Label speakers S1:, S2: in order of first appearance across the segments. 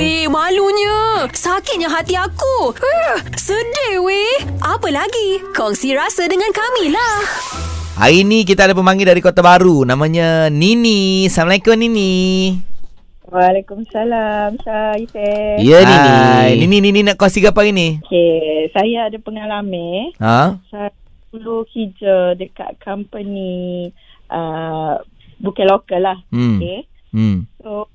S1: Weh, malunya. Sakitnya hati aku. Uh, sedih weh. Apa lagi? Kongsi rasa dengan kami lah.
S2: Hari ni kita ada pemanggil dari Kota Baru Namanya Nini Assalamualaikum Nini
S3: Waalaikumsalam Saya Sam
S4: Ya ni
S2: Hai.
S4: ni.
S2: Nini Nini nak kongsi apa hari ni?
S3: okay, Saya ada pengalaman
S2: Ha?
S3: Saya dulu kerja dekat company uh, Bukan lokal lah
S2: Hmm.
S3: okay.
S2: Hmm.
S3: So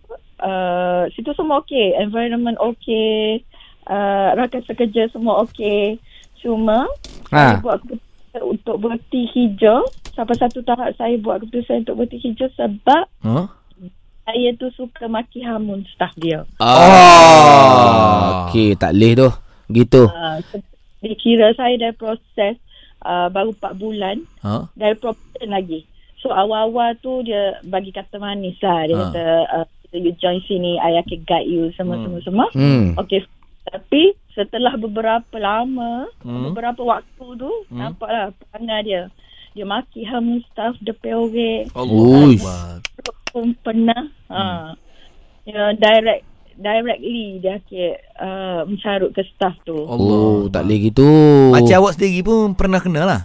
S3: uh, Situ semua okey Environment okey uh, Rakan pekerja semua okey Cuma ha. Saya
S4: Ha.
S3: buat keputusan untuk berhenti hijau Sampai satu tahap saya buat keputusan untuk berhenti hijau Sebab
S4: Ah.
S2: Huh?
S3: saya tu suka maki hamun staff dia
S4: Oh. Okey, tak leh tu. Gitu.
S3: Uh, dikira saya dari proses uh, baru 4 bulan
S2: Ha?
S3: dari promotion lagi. So awal-awal tu dia bagi kata manis lah. Dia
S2: Ha.
S3: ha. kata uh, you join sini, I akan guide you semua-semua-semua.
S4: Hmm.
S3: Okay. Tapi setelah beberapa lama,
S2: Hmm.
S3: beberapa waktu tu
S2: Hmm.
S3: nampaklah perangai dia. Dia maki hamun staff depan orang.
S2: Oh.
S4: Uish.
S3: pun pernah ha, ya, direct directly dia akan uh, mencarut ke staff tu.
S4: Oh, tak leh gitu.
S2: Macam awak sendiri pun pernah kena lah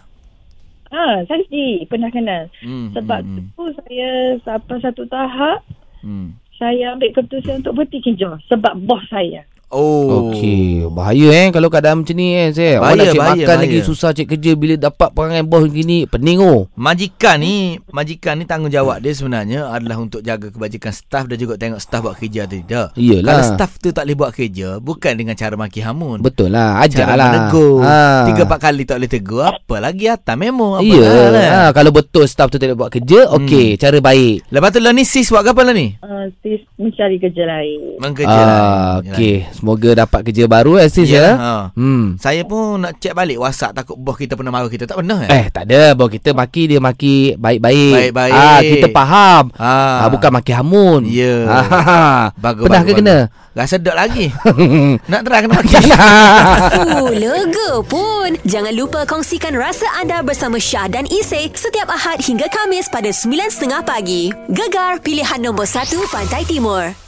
S3: Ha, saya sendiri pernah kenal.
S2: hmm.
S3: Sebab
S2: hmm.
S3: tu saya sampai satu tahap
S2: hmm.
S3: saya ambil keputusan untuk berhenti kerja sebab bos saya.
S2: Oh
S4: Okey, bahaya eh kalau keadaan macam ni eh.
S2: Bahaya,
S4: Saya orang nak cek
S2: bahaya,
S4: makan
S2: bahaya.
S4: lagi susah cek kerja bila dapat perangai bos gini, pening oh.
S2: Majikan ni Majikan ni tanggungjawab dia sebenarnya Adalah untuk jaga kebajikan staff Dan juga tengok staff buat kerja atau tidak
S4: Iyalah.
S2: Kalau staff tu tak boleh buat kerja Bukan dengan cara maki hamun
S4: Betul lah, ajak
S2: Cara
S4: lah.
S2: menegur ha. Tiga empat kali tak boleh tegur Apa lagi atas memo apa
S4: Iya,
S2: lah, kan? Hmm.
S4: ha, kalau betul staff tu tak boleh buat kerja, okey, cara baik.
S2: Lepas tu lah ni sis buat apa lah ni?
S3: Uh, sis mencari kerja lain.
S2: Mengkerja
S4: Ah, okey, semoga dapat kerja baru eh sis
S2: lah, eh. Ya,
S4: ya.
S2: ha.
S4: Hmm.
S2: Saya pun nak check balik WhatsApp takut bos kita pernah marah kita. Tak pernah eh?
S4: Eh, tak ada. Bawa kita maki dia maki baik-baik.
S2: Baik-baik.
S4: Ah, kita faham.
S2: Ah,
S4: Ah, bukan maki hamun.
S2: Ya.
S4: Ah, ha, ha.
S2: Bagus,
S4: Pernah
S2: bagus,
S4: ke kena?
S2: bagus. Rasa dok lagi. nak terang kena maki.
S1: Uh, lega pun. Jangan lupa kongsikan rasa anda bersama Syah dan Isay setiap Ahad hingga Kamis pada 9.30 pagi. Gegar, pilihan nombor 1 Pantai Timur.